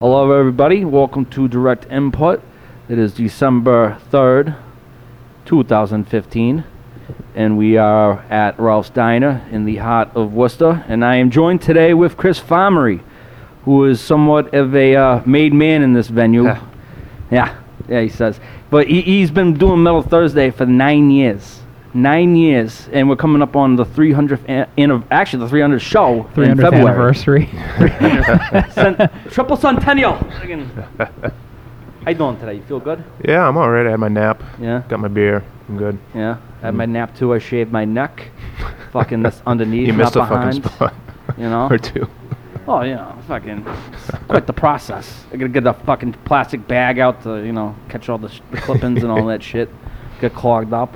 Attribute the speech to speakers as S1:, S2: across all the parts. S1: Hello, everybody. Welcome to Direct Input. It is December 3rd, 2015, and we are at Ralph's Diner in the heart of Worcester. And I am joined today with Chris Farmery, who is somewhat of a uh, made man in this venue.
S2: Yeah.
S1: yeah, yeah, he says. But he, he's been doing Metal Thursday for nine years. Nine years, and we're coming up on the 300th, an- anniv- actually, the 300th show in
S3: 300th
S1: February.
S3: anniversary.
S1: Cent- triple centennial. How you doing today? You feel good?
S2: Yeah, I'm all right. I had my nap.
S1: Yeah.
S2: Got my beer. I'm good.
S1: Yeah. I had my nap too. I shaved my neck. Fucking this underneath.
S2: Mm-hmm. you
S1: not
S2: missed a fucking
S1: behind.
S2: spot.
S1: You know?
S2: or two.
S1: Oh yeah. Fucking it's quite the process. I gotta get the fucking plastic bag out to you know catch all the, sh- the clippings and all that shit. Get clogged up.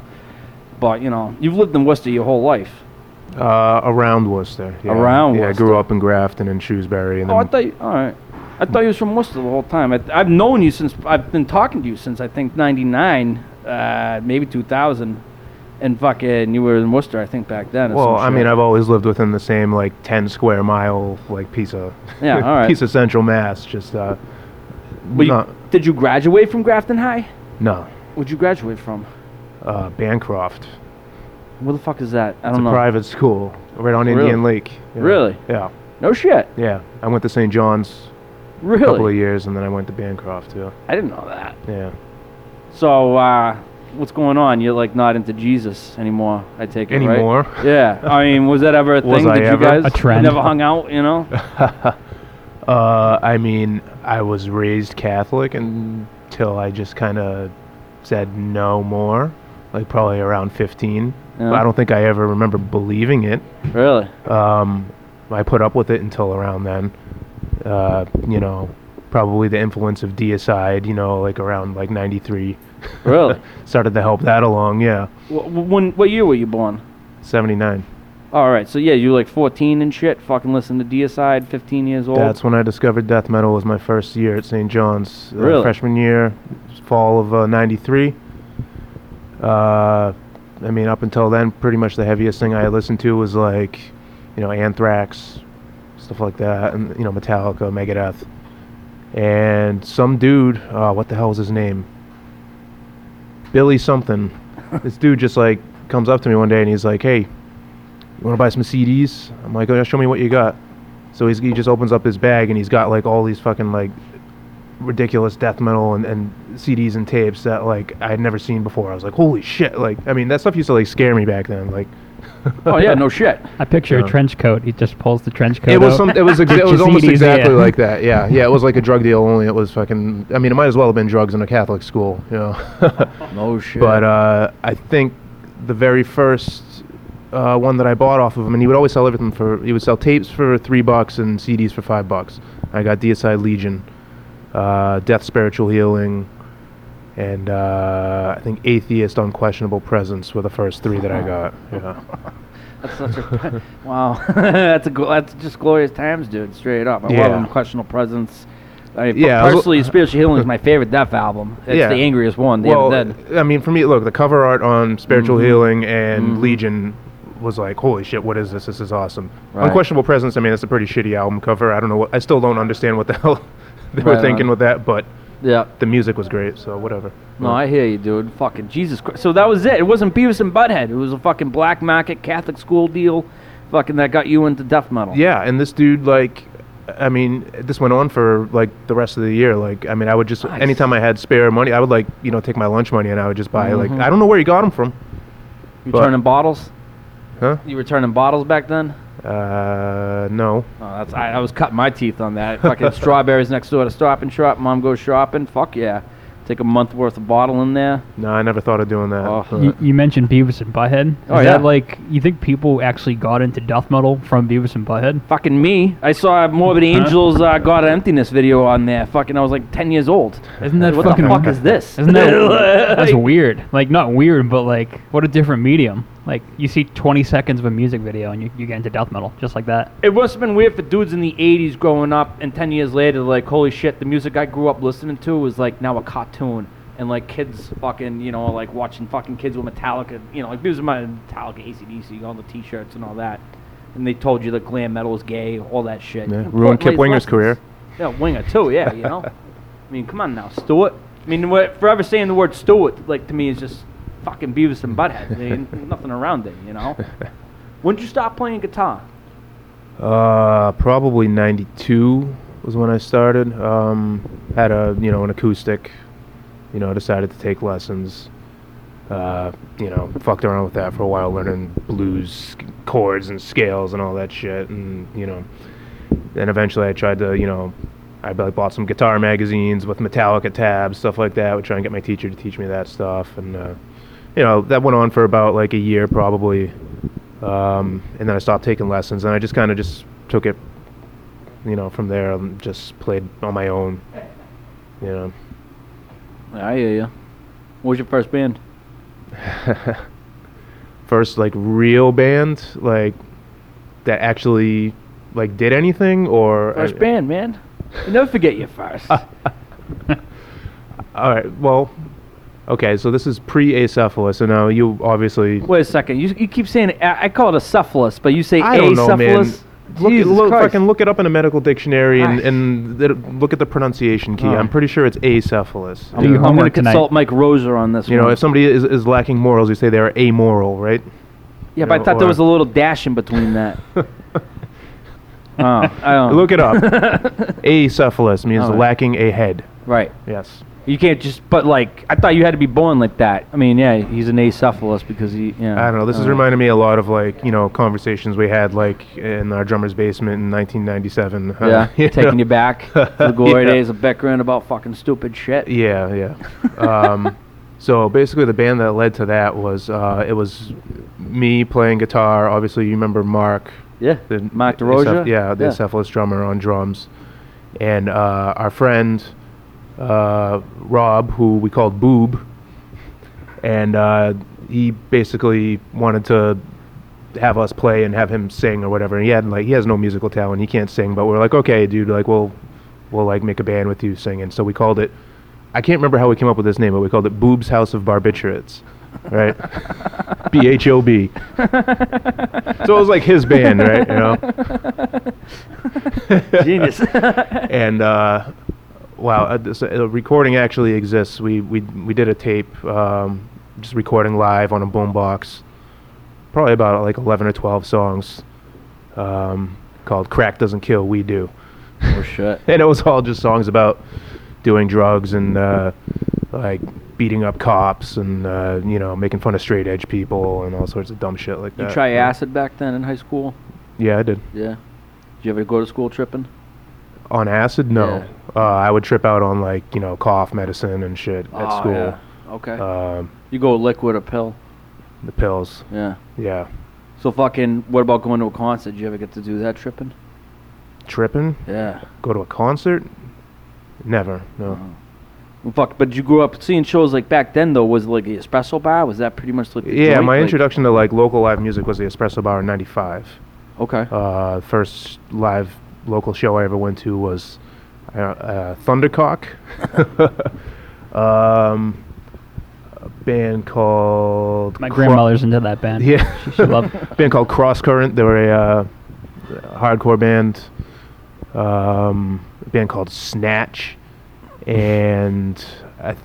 S1: But you know, you've lived in Worcester your whole life.
S2: Uh, around Worcester. Yeah.
S1: Around
S2: Yeah,
S1: Worcester.
S2: I grew up in Grafton and Shrewsbury. And
S1: Oh, I
S2: then
S1: thought you, all right. I thought you was from Worcester the whole time. I, I've known you since I've been talking to you since I think '99, uh, maybe 2000, and fucking you were in Worcester I think back then. or
S2: well,
S1: some
S2: I mean,
S1: shit.
S2: I've always lived within the same like 10 square mile like piece of
S1: Yeah, all right.
S2: piece of central Mass. Just uh,
S1: But you-
S2: not-
S1: did you graduate from Grafton High?
S2: no,
S1: Where'd you graduate from?
S2: uh, Bancroft.
S1: Where the fuck is that? I don't
S2: It's a
S1: know.
S2: private school right on
S1: Really?
S2: Indian Lake. Yeah.
S1: Really?
S2: Yeah.
S1: No shit.
S2: Yeah. I went to St. John's a couple of
S1: Really?
S2: years, and then I went to Bancroft. Yeah.
S1: I didn't know that.
S2: Yeah.
S1: So, uh, what's going on? You're like not into Jesus anymore. I take it right?
S2: Anymore?
S1: Yeah. I mean, was that ever a
S2: Was
S1: thing?
S2: I
S1: did you
S2: ever?
S1: guys
S3: A trend.
S1: never hung out? You know?
S2: Uh, I mean, I was raised Catholic until I just kind of said no more, like probably around 15.
S1: Yeah.
S2: I don't think I ever remember believing it.
S1: really?
S2: Um, I put up with it until around then. Uh, you know, probably the influence of deicide, you know, like around like 93.
S1: Really?
S2: Started to help that along, yeah.
S1: Wh- wh- When what year were you born?
S2: 79.
S1: All right, so yeah, you were like 14 and shit. Fucking listen to Deicide, 15 years old.
S2: That's when I discovered death metal was my first year at St. John's. uh,
S1: Really?
S2: freshman year, fall of uh, 93. Uh, I mean, up until then, pretty much the heaviest thing I listened to was like, you know, Anthrax, stuff like that, and, you know, Metallica, Megadeth. And some dude, uh, what the hell was his name? Billy something. this dude just like comes up to me one day and he's like, hey, you want to buy some CDs? I'm like, oh, yeah, show me what you got. So he's, he just opens up his bag and he's got like all these fucking like ridiculous death metal and, and CDs and tapes that like I had never seen before. I was like, holy shit! Like, I mean, that stuff used to like scare me back then. Like,
S1: oh yeah, no shit.
S3: I picture
S2: Yeah.
S3: a trench coat. He just pulls the trench coat.
S2: it was
S3: out.
S2: some, it was ex- it
S3: Just
S2: was almost
S3: easy,
S2: exactly
S3: yeah.
S2: like that. Yeah, yeah, it was like a drug deal only. It was fucking. I mean, it might as well have been drugs in a Catholic school. You know.
S1: No shit.
S2: But uh, I think the very first uh, one that I bought off of him, and he would always sell everything for. He would sell tapes for three bucks and CDs for five bucks. I got DSI Legion, uh, Death Spiritual Healing, and uh, I think Atheist Unquestionable Presence were the first three that I got. Yeah.
S1: that's such a wow. that's a gl- that's just glorious times, dude. Straight up, I love
S2: Yeah.
S1: Unquestionable Presence. I mean,
S2: Yeah, I was-
S1: personally, Spiritual Healing is my favorite Death album. It's
S2: Yeah.
S1: the angriest one. The
S2: well,
S1: Dead.
S2: I mean, for me, look, the cover art on Spiritual
S1: Mm-hmm.
S2: Healing and
S1: Mhm.
S2: Legion was like, holy shit, what is this? This is awesome.
S1: Right.
S2: Unquestionable Presence, I mean, that's a pretty shitty album cover. I don't know what, I still don't understand what the hell they
S1: Right
S2: were
S1: on.
S2: thinking with that, but
S1: Yeah.
S2: the music was great, so whatever.
S1: No, I hear you, dude. Fucking Jesus Christ. So that was it. It wasn't Beavis and Butthead. It was a fucking black market Catholic school deal, fucking that got you into death metal.
S2: Yeah, and this dude, like, I mean, this went on for like the rest of the year. Like, I mean, I would just,
S1: Nice.
S2: anytime I had spare money, I would like, you know, take my lunch money and I would just buy,
S1: Mm-hmm.
S2: like, I don't know where he got them from.
S1: You
S2: but-
S1: turning bottles?
S2: Huh?
S1: You were turning bottles back then?
S2: Uh, no.
S1: Oh, that's I, I was cutting my teeth on that. Fucking strawberries next door to Stop and Shop. Mom goes shopping. Fuck yeah. Take a month worth of bottle in there.
S2: No, I never thought of doing that.
S1: Oh.
S2: but-
S3: You, you mentioned Beavis and Butthead. Is
S1: Oh, yeah.
S3: that like you think people actually got into death metal from Beavis and Butthead?
S1: Fucking me. I saw Morbid Angel's uh, God of Emptiness video on there. Fucking, I was like 10 years old.
S3: Isn't that
S1: What the
S3: fucking
S1: fuck
S3: weird?
S1: is this?
S3: Isn't that that's
S1: Like-
S3: weird? Like not weird, but like what a different medium. Like you see 20 seconds of a music video and you, you get into death metal just like that.
S1: It must have been weird for dudes in the 80s growing up, and 10 years later, like, holy shit, the music I grew up listening to was, like, now a cartoon. And, like, kids fucking, you know, like, watching fucking kids with Metallica, you know, like, music my Metallica, ACDC, all the t shirts and all that. And they told you that glam metal was gay, all that shit.
S2: Yeah,
S1: Important
S2: ruined Kip
S1: life
S2: Winger's
S1: lessons.
S2: career.
S1: Yeah, winger too. Yeah, you know. I mean, come on now, Stewart. I mean, we're forever saying the word Stewart like to me is just fucking Beavis and Butthead. There ain't nothing around it, you know. When did you stop playing guitar?
S2: Uh, probably '92 was when I started. Um, had a you know an acoustic. You know, decided to take lessons. Uh, you know, fucked around with that for a while, learning blues chords and scales and all that shit. And you know, then eventually I tried to you know, I like bought some guitar magazines with Metallica tabs, stuff like that. Would try and get my teacher to teach me that stuff. And uh, you know, that went on for about like a year probably um, and then I stopped taking lessons, and I just kind of just took it, you know, from there and just played on my own, you know.
S1: I hear you. What was your first band?
S2: First like real band, like that actually like did anything, or
S1: First band, man. You never forget your first.
S2: Uh, All right, well, okay, so this is pre-acephalus, so now you obviously
S1: Wait a second. You, you keep saying I, I call it acephalus, but you say
S2: I don't know, man.
S1: acephalus.
S2: Look,
S1: Jesus
S2: look,
S1: Christ.
S2: fucking look it up in a medical dictionary and,
S1: Ah.
S2: and th- look at the pronunciation key.
S1: Oh.
S2: I'm pretty sure it's acephalus.
S3: Do
S1: I'm,
S3: your
S1: I'm gonna
S3: homework tonight.
S1: consult Mike Roser on this.
S2: You know,
S1: one.
S2: if somebody is, is lacking morals, you say they are amoral, right?
S1: yeah, but I
S2: know, uh,
S1: thought there
S2: or-
S1: was a little dash in between that. oh, I don't.
S2: Look it up. Acephalus means
S1: Alright.
S2: lacking a head.
S1: right.
S2: Yes.
S1: You can't just, but like, I thought you had to be born like that. I mean, yeah, he's an acephalus because he, yeah. Uh,
S2: I don't know. This is reminding me a lot of like you know conversations we had like in our drummer's basement in 1997. huh?
S1: Yeah,
S2: You
S1: taking
S2: know?
S1: you back to the glory
S2: Yeah.
S1: days of bickering about fucking stupid shit.
S2: Yeah, yeah. um, so basically, the band that led to that was uh, it was me playing guitar. Obviously, you remember Mark,
S1: Yeah.
S2: the
S1: Mark
S2: the
S1: DeRozier?
S2: acep- yeah, the
S1: Yeah.
S2: acephalus drummer on drums, and uh, our friend uh, Rob, who we called Boob, and uh, he basically wanted to have us play and have him sing or whatever. And he had like he has no musical talent, he can't sing, but we're like, okay, dude, like we'll we'll like make a band with you singing. So we called it. I can't remember how we came up with this name, but we called it Boob's House of Barbiturates, right? B H O B. So it was like his band, right? You know.
S1: Genius.
S2: and uh, wow, uh, this, uh, recording actually exists. We we we did a tape, um, just recording live on a boombox, probably about like eleven or twelve songs, um, called "Crack Doesn't Kill, We Do,"
S1: oh shit.
S2: and it was all just songs about doing drugs and uh, like beating up cops and uh, you know making fun of straight edge people and all sorts of dumb shit like
S1: You
S2: that.
S1: try acid back then in high school?
S2: Yeah, I did.
S1: Yeah. Did you ever go to school tripping?
S2: On acid, no. Uh, I would trip out on like you know cough medicine and shit at
S1: Oh,
S2: school.
S1: yeah. Okay.
S2: Um,
S1: you go liquid or pill?
S2: the pills.
S1: Yeah.
S2: Yeah.
S1: So fucking. What about going to a concert? Did you ever get to do that tripping?
S2: Tripping?
S1: Yeah. Uh-huh.
S2: Go to a concert? Never. No.
S1: Well, fuck. But you grew up seeing shows like back then though. Was it like the espresso bar? Was that pretty much like? The
S2: Yeah,
S1: joint?
S2: my
S1: Like-
S2: introduction to like local live music was the Espresso Bar in '95.
S1: Okay.
S2: Uh, first live local show I ever went to was uh, uh, Thundercock. um, a band called
S3: My
S2: Cro-
S3: grandmother's into that band.
S2: Yeah,
S3: She, she loved
S2: band called Cross Current. They were a uh, hardcore band. Um, a band called Snatch, and I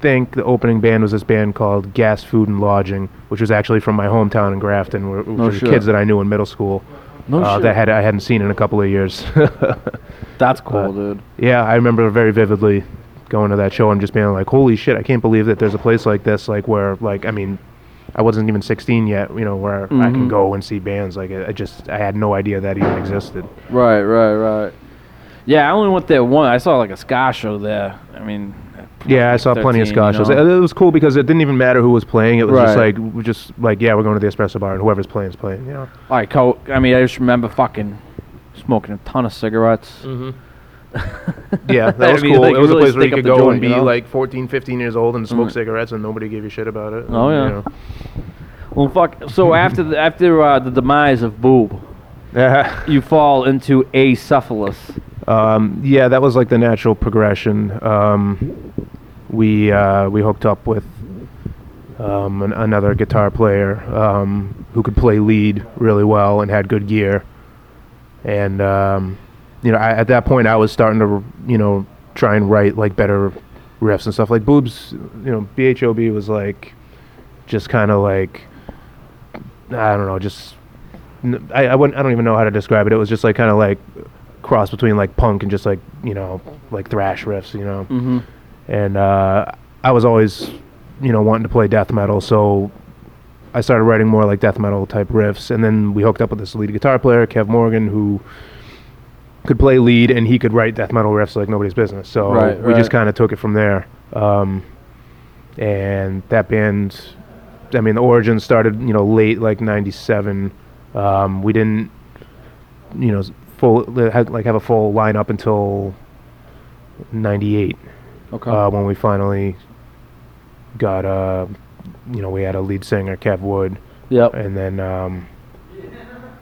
S2: think the opening band was this band called Gas, Food, and Lodging, which was actually from my hometown in Grafton, wh- which
S1: No
S2: were
S1: shit.
S2: kids that I knew in middle school
S1: No
S2: uh,
S1: shit.
S2: that had I hadn't seen in a couple of years.
S1: That's cool,
S2: but-
S1: dude.
S2: yeah, I remember very vividly going to that show and just being like, "Holy shit! I can't believe that there's a place like this, like where, like, I mean." I wasn't even 16 yet, you know, where I can
S1: Mhm.
S2: go and see bands. Like, I I just, I had no idea that even existed.
S1: Right, right, right. Yeah, I only went there one. I saw like a ska show there. I mean,
S2: Yeah, I saw plenty of
S1: 13, you
S2: ska shows. Uh,
S1: know?
S2: It, it was cool because it didn't even matter who was playing. It was just
S1: Right.
S2: like, we just like, yeah, we're going to the espresso bar and whoever's playing is playing. You know,
S1: Like, co- I mean, I just remember fucking smoking a ton of cigarettes.
S2: Mm-hmm. yeah,
S1: I
S2: that was
S1: mean,
S2: cool.
S1: like,
S2: it
S1: you
S2: was
S1: really
S2: a place where
S1: stick
S2: you
S1: up
S2: could
S1: the
S2: go
S1: joint,
S2: and be
S1: you know?
S2: like 14, 15 years old and smoke
S1: Mm.
S2: cigarettes and nobody gave a shit about it.
S1: Oh,
S2: and,
S1: yeah.
S2: you know.
S1: Well, fuck. So after the, after uh, the demise of Boob, you fall into acephalus.
S2: Um, yeah, that was like the natural progression. Um, we uh, we hooked up with um, an, another guitar player um, who could play lead really well and had good gear, and um, you know, I, at that point I was starting to, you know, try and write like better riffs and stuff. Like Boobs, you know, BHOB was like just kind of like I don't know, just n- I I, wouldn't, I don't even know how to describe it. It was just like kind of like cross between like punk and just like you know like thrash riffs, you know.
S1: Mm-hmm.
S2: And uh, I was always you know wanting to play death metal, so I started writing more like death metal type riffs. And then we hooked up with this lead guitar player, Kev Morgan, who could play lead and he could write death metal riffs like nobody's business. So
S1: Right,
S2: we just
S1: right.
S2: kind of took it from there. Um, and that band, I mean, the origin started, you know, late like '97. Um, we didn't, you know, s- full li- had- like have a full lineup until '98
S1: Okay.
S2: uh, when we finally got uh, you know, we had a lead singer, Kev Wood,
S1: yep.
S2: and then um,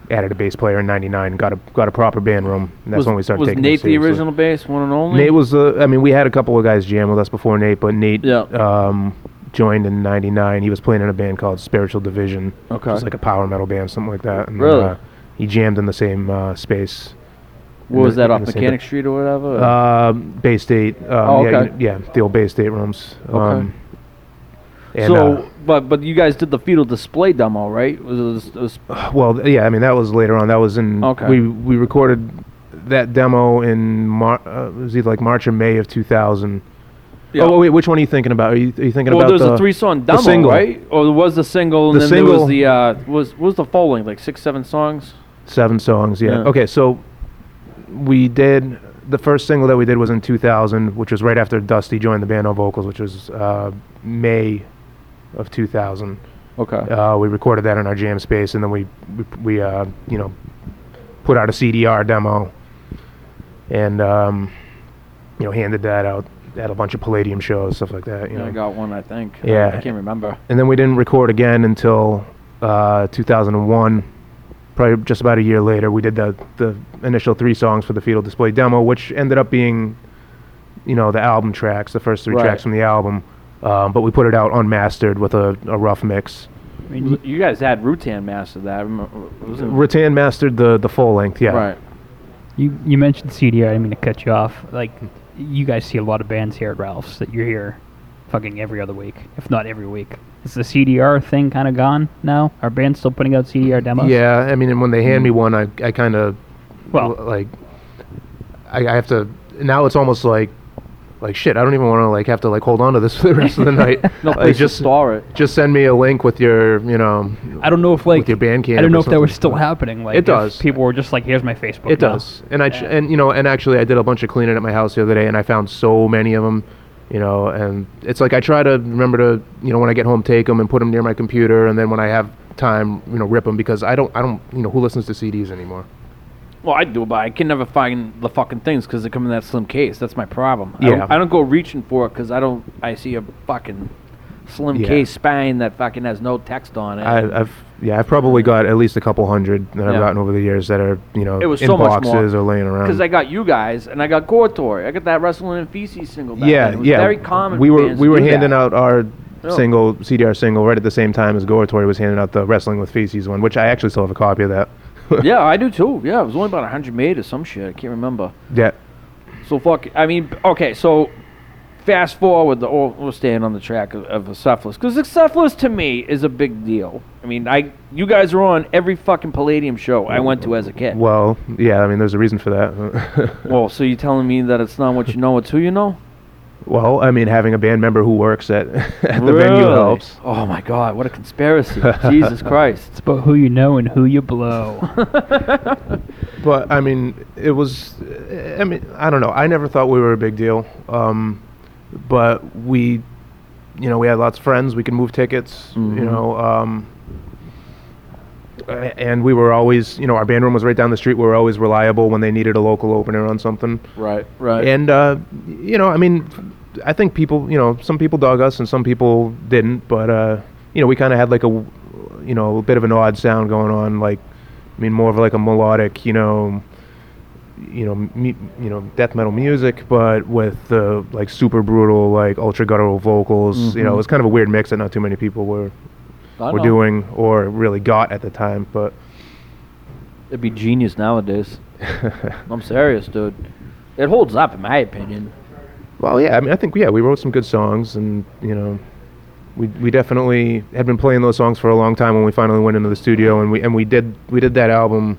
S2: added a bass player in '99. Got a got a proper band room. And that's
S1: was,
S2: when we started
S1: Was
S2: taking it
S1: Nate the
S2: seriously.
S1: original bass, one and only?
S2: Nate was. Uh, I mean, we had a couple of guys jam with us before Nate, but Nate
S1: Yeah.
S2: um, joined in '99. He was playing in a band called Spiritual Division.
S1: Okay.
S2: It's like a power metal band, something like that. And,
S1: Really?
S2: Uh, he jammed in the same uh, space.
S1: what was that
S2: in
S1: off
S2: the same-
S1: Mechanic Street or whatever?
S2: Uh, Bay State. Um,
S1: Oh,
S2: yeah,
S1: okay.
S2: you- yeah, the old Bay State rooms.
S1: Okay.
S2: Um, and, uh,
S1: so, but but you guys did the fetal display demo, right? Was, it- was-
S2: uh, well, th- yeah, I mean that was later on. That was in.
S1: Okay.
S2: We we recorded that demo in Mar- uh, it was either like March or May of 2000.
S1: Yeah.
S2: Oh wait, which one are you thinking about? Are you, are you thinking
S1: well,
S2: about
S1: there's
S2: the
S1: a three song
S2: the
S1: demo,
S2: single.
S1: right? Or there was the single, and
S2: The
S1: then there
S2: single-
S1: was the uh, was was the full length, like six, seven songs.
S2: Seven songs, yeah.
S1: Yeah.
S2: Okay, so we did the first single that we did was in 2000, which was right after Dusty joined the band on vocals, which was uh, May of 2000.
S1: Okay.
S2: Uh, we recorded that in our jam space, and then we we, we uh, you know put out a CDR demo, and um, you know handed that out at a bunch of Palladium shows, stuff like that. You
S1: Yeah,
S2: know,
S1: I got one, I think. I-
S2: Yeah.
S1: I, can't remember.
S2: and then we didn't record again until uh, 2001 probably just about a year later we did the, the initial three songs for the fetal display demo which ended up being you know the album tracks the first three
S1: Right.
S2: tracks from the album um, but we put it out unmastered with a, a rough mix
S3: I mean, y-
S1: You guys had Rutan mastered that. I remember, was it-
S2: Rattan mastered the, the full length yeah Uh,
S1: Right.
S3: you you mentioned CDR. I didn't mean to cut you off. Like, you guys see a lot of bands here at Ralph's that you're here, fucking every other week, if not every week. Is the CDR thing kind of gone now? Are bands still putting out CDR demos?
S2: yeah i mean and when they hand me one i, I kind of
S3: Well-
S2: like I, I have to now it's almost like like shit i don't even want to like have to like hold on to this for the rest of the night
S1: No
S2: Like,
S1: place to store it.
S2: just send me a link with your you know
S3: I don't know if like
S2: your Bandcamp
S3: I
S2: or
S3: don't know if that was
S2: something.
S3: still happening. Like
S2: It
S3: if
S2: does.
S3: People were just like, "Here's my Facebook."
S2: it
S3: now.
S2: does and i ch-
S3: Yeah.
S2: and you know and actually i did a bunch of cleaning at my house the other day and i found so many of them you know and it's like i try to remember to you know when i get home take them and put them near my computer and then when i have time you know rip them because i don't i don't you know who listens to cds anymore
S1: Well, I do, but I can never find the fucking things because they come in that slim case. That's my problem. I
S2: Yeah.
S1: don't, I don't go reaching for it because I don't. I see a fucking slim
S2: Yeah.
S1: case spine that fucking has no text on it.
S2: I, I've yeah, I've probably got at least a couple hundred that I've
S1: Yeah.
S2: gotten over the years that are you know
S1: It was
S2: in
S1: so much more.
S2: boxes or laying around.
S1: because I got you guys and I got Gortor. I got that wrestling and feces single. Back
S2: yeah,
S1: then. It was
S2: yeah.
S1: Very common.
S2: We
S1: for
S2: were
S1: bands
S2: we
S1: to
S2: were
S1: do that. Oh.
S2: handing out our
S1: Yeah.
S2: single CDR single right at the same time as Goratory was handing out the Wrestling with Feces one, which I actually still have a copy of that.
S1: yeah, I do too. Yeah, it was only about hundred made or some shit. I can't remember.
S2: yeah.
S1: So fuck. I mean, okay. So fast forward. The oh, we're staying on the track of, of Acephalus because Acephalus to me is a big deal. I mean, I you guys were on every fucking Palladium show I went to as a kid. Well,
S2: Well, yeah. I mean, there's a reason for that.
S1: so you telling me that it's not what you know, it's who you know?
S2: well, I mean, having a band member who works at, at the venue
S1: Really?
S2: helps.
S1: Oh my god, what a conspiracy! Jesus Christ.
S3: It's about who you know and who you blow.
S2: But I mean, it was. I mean, I don't know. I never thought we were a big deal. Um, but we, you know, we had lots of friends. We could move tickets.
S1: Mhm.
S2: You know, um, a- and we were always, you know, our band room was right down the street. We were always reliable when they needed a local opener on something.
S1: Right. Right.
S2: And uh, you know, I mean, I think people, you know, some people dug us and some people didn't, but uh, you know, we kind of had like a, w- you know, a bit of an odd sound going on. Like, I mean, more of like a melodic, you know, you know, me, you know, death metal music, but with the like super brutal, like ultra guttural vocals. You know,
S1: Mhm.
S2: it was kind of a weird mix that not too many people were
S1: I
S2: were
S1: know.
S2: doing or really got at the time, but.
S1: It'd be genius nowadays. I'm serious, dude. It holds up, in my opinion.
S2: Well, yeah, I mean, I think yeah, we wrote some good songs, and you know, we we definitely had been playing those songs for a long time when we finally went into the studio, and we and we did we did that album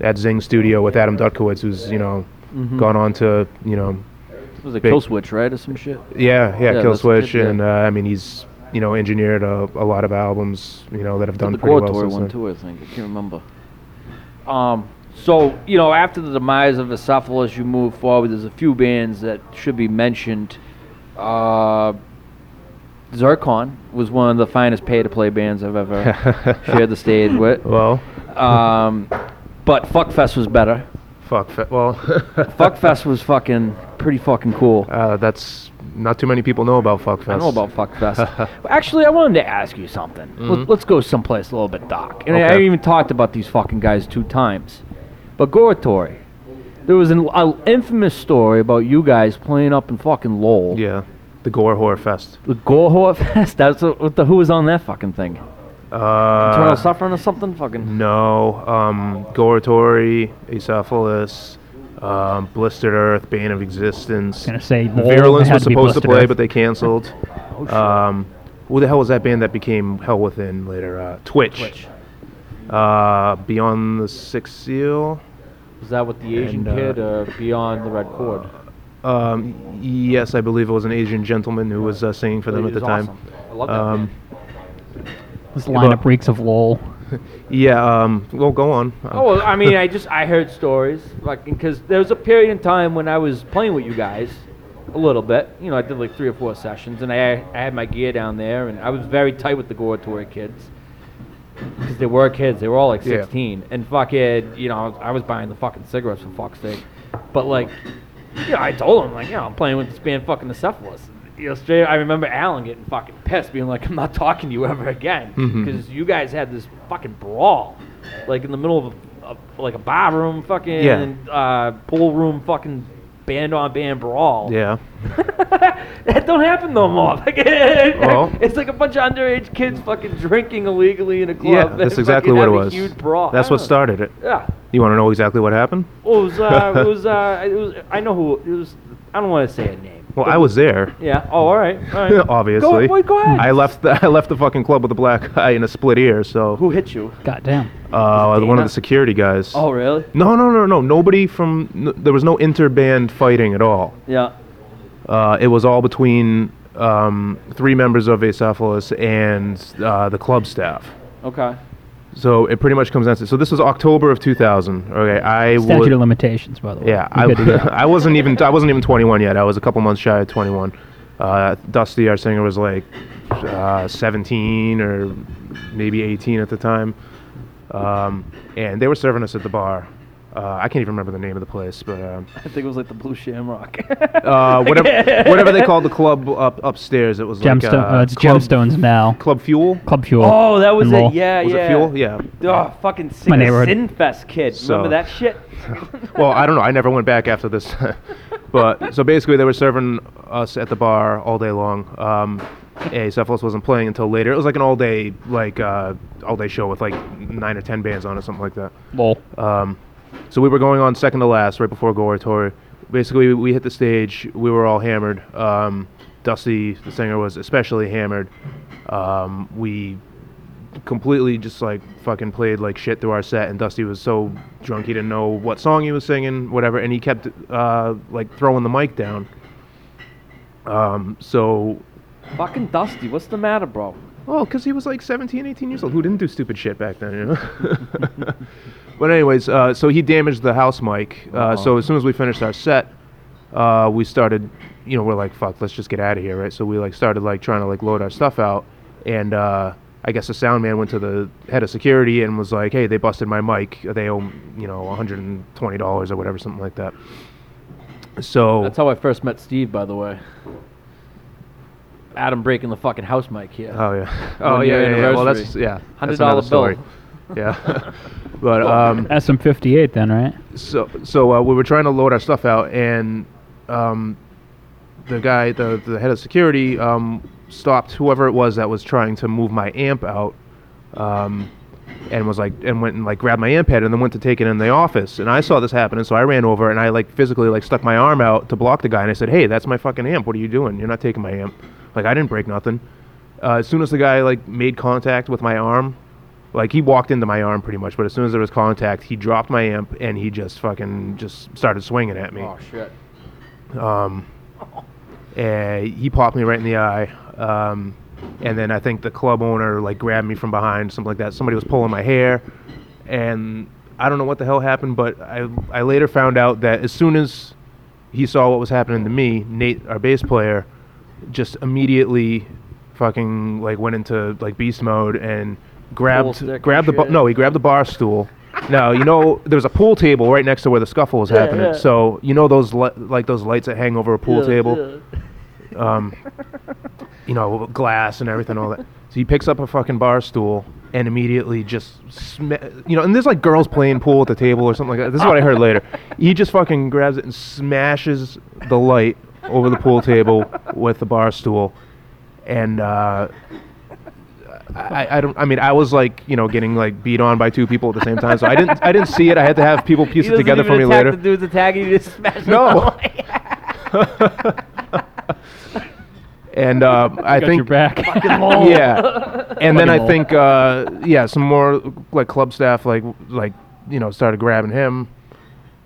S2: at Zing Studio with Adam Dutkowitz, who's you know
S1: Mm-hmm.
S2: gone on to you know
S1: It was a
S2: Big-
S1: kill switch, right, or some shit.
S2: yeah yeah,
S1: Yeah,
S2: Kill
S1: that's good,
S2: Switch,
S1: yeah.
S2: and uh, I mean he's you know engineered a, a lot of albums you know that have done
S1: the
S2: pretty
S1: Gore
S2: well.
S1: Tour
S2: since
S1: one
S2: then.
S1: too, I think. I can't remember. Um, so you know, after the demise of Acephalus, you move forward. There's a few bands that should be mentioned. Uh, Zircon was one of the finest pay-to-play bands I've ever shared the stage with.
S2: Well,
S1: Um, but Fuckfest was better.
S2: fuck. fe- Well,
S1: Fuckfest was fucking pretty fucking cool.
S2: Uh, that's not too many people know about Fuckfest.
S1: I know about Fuckfest. But Actually, I wanted to ask you something. Let, let's go someplace a little bit dark. And I
S2: Mm-hmm. Okay.
S1: even talked about these fucking guys two times. But Goratory, there was an a infamous story about you guys playing up in fucking Lowell.
S2: Yeah, the Gore Horror Fest.
S1: The Gore Fest. That's what, what the who was on that fucking thing. Eternal
S2: Uh,
S1: Suffering or something. Fucking.
S2: no, um, Goratory, Acephalus, um, Blistered Earth, Bane of Existence.
S3: gonna say
S2: Virulence
S3: had
S2: was
S3: to be
S2: supposed to
S3: Blistered
S2: play,
S3: Earth. Oh,
S2: but they canceled. um, who the hell was that band that became Hell Within later? Uh, Twitch.
S1: Which
S2: Uh, Beyond the Sixth Seal.
S1: was that with the Asian
S2: And, uh,
S1: kid or Beyond the Red Cord?
S2: Um, yes, I believe it was an Asian gentleman who was uh, singing for them at
S1: It
S2: the
S1: was
S2: time.
S1: awesome. I love that
S2: Um,
S1: band.
S3: this lineup reeks of lol.
S2: Yeah. Um, well, go on.
S1: Oh, well, I mean, I just I heard stories, like, because there was a period in time when I was playing with you guys a little bit. You know, I did like three or four sessions, and I I had my gear down there, and I was very tight with the Goratory kids because they were kids. They were all like
S2: Yeah.
S1: 16, and fucking, you know, I was, I was buying the fucking cigarettes for fuck's sake. But like, you know, I told them like, you know, I'm playing with this band, fucking the Cephalus. You know, straight. I remember Alan getting fucking pissed, being like, I'm not talking to you ever again
S2: Mm-hmm.
S1: because you guys had this fucking brawl, like in the middle of a, a like a bar room, fucking
S2: Yeah.
S1: uh, pool room, fucking band on band brawl.
S2: yeah.
S1: that don't happen no more. Like,
S2: Mm-hmm. Well-
S1: it's like a bunch of underage kids fucking drinking illegally in a club.
S2: Yeah,
S1: and
S2: that's
S1: fucking
S2: exactly what it
S1: having
S2: was.
S1: Huge brawl.
S2: That's
S1: I
S2: what
S1: don't know.
S2: started it.
S1: Yeah.
S2: You want to know exactly what happened?
S1: Well, it was. Uh, it was. Uh, it was. I know who. It was. I don't want to say a name.
S2: Well, I was there.
S1: Yeah. Oh, all right. All right.
S2: Obviously,
S1: Go, wait, go ahead.
S2: I left the I left the fucking club with a black eye and a split ear. So
S1: Who hit you?
S3: Goddamn.
S2: Uh,
S1: Dana?
S2: one of the security guys.
S1: Oh, really?
S2: No, no, no, no. Nobody from n- there was no interband fighting at all.
S1: Yeah.
S2: Uh, it was all between um, three members of Acephalus and uh, the club staff.
S1: Okay.
S2: So it pretty much comes down to so this was October of 2000. Okay, I
S3: Statute
S2: would,
S3: of limitations, by the way.
S2: Yeah,
S3: You
S2: I, uh,
S3: gotta do that.
S2: I wasn't even I wasn't even 21 yet. I was a couple months shy of 21. Uh, Dusty, our singer, was like uh, 17 or maybe 18 at the time, um, and they were serving us at the bar. Uh, I can't even remember the name of the place, but um,
S1: I think it was like the Blue Shamrock.
S2: uh, whatever whatever they called the club up upstairs, it was like
S3: Gemstone.
S2: uh,
S3: uh, it's
S2: club,
S3: gemstones now.
S2: Club Fuel.
S3: Club fuel.
S1: oh, that was
S3: and
S1: it.
S3: roll.
S1: Yeah.
S2: Was
S1: yeah.
S2: it Fuel? Yeah.
S1: Oh, fucking sin-
S3: My neighborhood.
S1: Sinfest kid.
S2: So-
S1: Remember that shit?
S2: well, I don't know. I never went back after this. but so basically, they were serving us at the bar all day long. Um, Acephalus wasn't playing until later. It was like an all-day, like uh, all-day show with like nine or ten bands on it, something like that.
S3: Lol.
S2: Um, so we were going on second to last, right before Goratory. Basically, we, we hit the stage. We were all hammered. Um, Dusty, the singer, was especially hammered. Um, we completely just like fucking played like shit through our set, and Dusty was so drunk he didn't know what song he was singing, whatever, and he kept uh, like throwing the mic down. Um, so,
S1: fucking Dusty. What's the matter, bro?
S2: well, because Oh, he was like 17, 18 years old. Who didn't do stupid shit back then, you know? But anyways, uh, so he damaged the house mic. Uh, so as soon as we finished our set, uh, we started, you know, we're like, fuck, let's just get out of here, right? So we like started like trying to like load our stuff out, and uh, I guess the sound man went to the head of security and was like, hey, they busted my mic. They owe, you know, 120 dollars or whatever, something like that. So
S1: That's how I first met Steve, by the way. Adam breaking the fucking house mic here.
S2: Oh yeah. Oh
S1: year
S2: yeah, yeah, yeah. Well,
S1: anniversary.
S2: that's yeah.
S1: $100
S2: that's
S1: bill.
S2: another story. Yeah. but um,
S3: SM58 then, right?
S2: so so uh, we were trying to load our stuff out, and um, the guy, the the head of security, um, stopped whoever it was that was trying to move my amp out, um, and was like and went and like grabbed my iPad and then went to take it in the office and I saw this happening so I ran over and I like physically like stuck my arm out to block the guy and I said hey that's my fucking amp what are you doing you're not taking my amp like I didn't break nothing uh, as soon as the guy like made contact with my arm like he walked into my arm pretty much but as soon as there was contact he dropped my amp and he just fucking just started swinging at me
S1: Oh shit.
S2: um, and he popped me right in the eye. Um, and then I think the club owner like grabbed me from behind, something like that. Somebody was pulling my hair, and I don't know what the hell happened, but I I later found out that as soon as he saw what was happening to me, Nate, our bass player, just immediately fucking like went into like beast mode and
S4: Pool
S2: grabbed
S4: stick and
S2: grabbed the bu-
S4: shit.
S2: no he grabbed the bar stool. Now you know there was a pool table right next to where the scuffle was happening.
S4: yeah.
S2: So you know those li- like those lights that hang over a pool table um, you know, glass and everything, all that. So he picks up a fucking bar stool and immediately just, sm- you know, and there's like girls playing pool at the table or something like that. This is what I heard later. He just fucking grabs it and smashes the light over the pool table with the bar stool, and uh, I, I don't. I mean, I was like, you know, getting like beat on by two people at the same time, so I didn't. I didn't see it. I had to have people piece it together for me later.
S4: The dude's attacking you. Just smash
S2: No. and uh, I
S3: got
S2: think
S3: your back.
S2: yeah. And then
S3: Fucking
S2: I
S3: lol.
S2: think uh, yeah, some more like club staff like like you know started grabbing him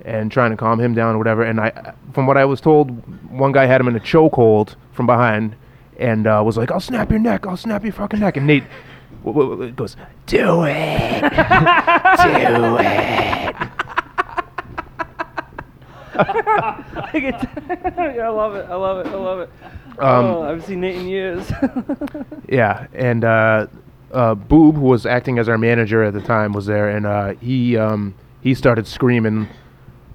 S2: and trying to calm him down or whatever. And I, from what I was told, one guy had him in a chokehold from behind and uh, was like, "I'll snap your neck. I'll snap your fucking neck." And Nate. w- w- w- goes, do it, do it.
S4: I, get yeah, I love it. I love it. I love it.
S2: Um,
S4: oh, I've seen it in years.
S2: Yeah, and uh, uh, Boob, who was acting as our manager at the time, was there, and uh, he um, he started screaming,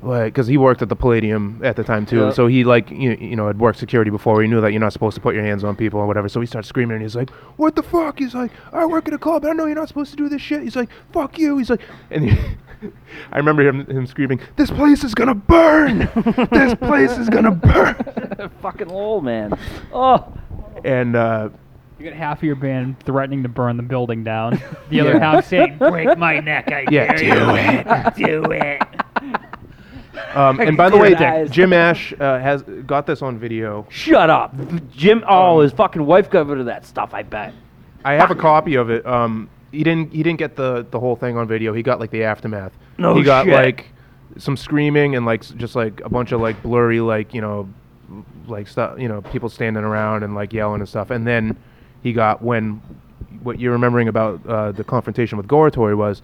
S2: like, because he worked at the Palladium at the time too,
S4: Yeah.
S2: so he like you, you know had worked security before. He knew that you're not supposed to put your hands on people or whatever, so he starts screaming and he's like, "What the fuck?" He's like, "I work at a club. I know you're not supposed to do this shit." He's like, "Fuck you." He's like, and. He I remember him, him screaming, "This place is gonna burn! this place is gonna burn!"
S4: Fucking lol, man. Oh,
S2: And uh,
S3: You got half of your band threatening to burn the building down. The other
S2: Yeah.
S3: half saying, "Break my neck, I
S2: Yeah,
S3: dare you. Do it.
S2: Um, and by the
S4: Dude,
S2: way,
S4: guys.
S2: Jim Ash uh, has got this on video.
S4: shut up, Jim. Oh, his fucking wife got rid of that stuff. I bet.
S2: I have a copy of it. Um, he didn't. He didn't get the the whole thing on video. He got like the aftermath.
S4: No
S2: He got
S4: shit.
S2: like some screaming and like s- just like a bunch of like blurry like you know like stuff you know people standing around and like yelling and stuff. And then he got when what you're remembering about uh, the confrontation with Goratori was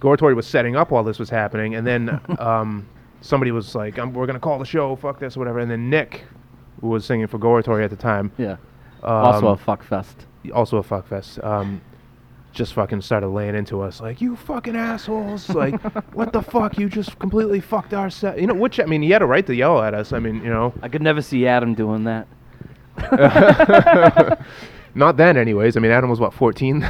S2: Goratori was setting up while this was happening, and then um, somebody was like, i "We're gonna call the show. Fuck this, whatever." And then Nick who was singing for Goratori at the time.
S4: Yeah.
S2: um,
S4: fuck fest.
S2: also a fuckfest. Um, just fucking started laying into us like you fucking assholes like what the fuck you just completely fucked our set you know which i mean he had a right to yell at us i mean you know
S4: I could never see Adam doing that.
S2: not then anyways i mean adam was what 14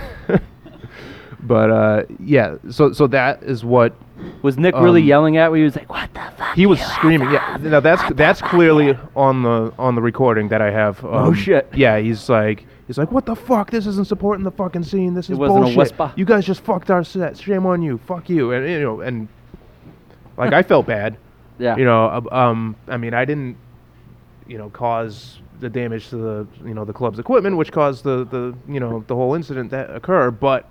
S2: but uh yeah so so that is what
S4: Was Nick really
S2: Um,
S4: yelling at me? He was like, "What the fuck?"
S2: he was screaming yeah now that's that's clearly on the on the recording that i have um,
S4: shit.
S2: yeah he's like he's like what the fuck this isn't supporting the fucking scene this is
S4: wasn't a
S2: bullshit
S4: whisper.
S2: you guys just fucked our set shame on you fuck you and you know and like i felt bad
S4: Yeah.
S2: you know ab- um i mean i didn't you know cause the damage to the you know the club's equipment which caused the the you know the whole incident that occur but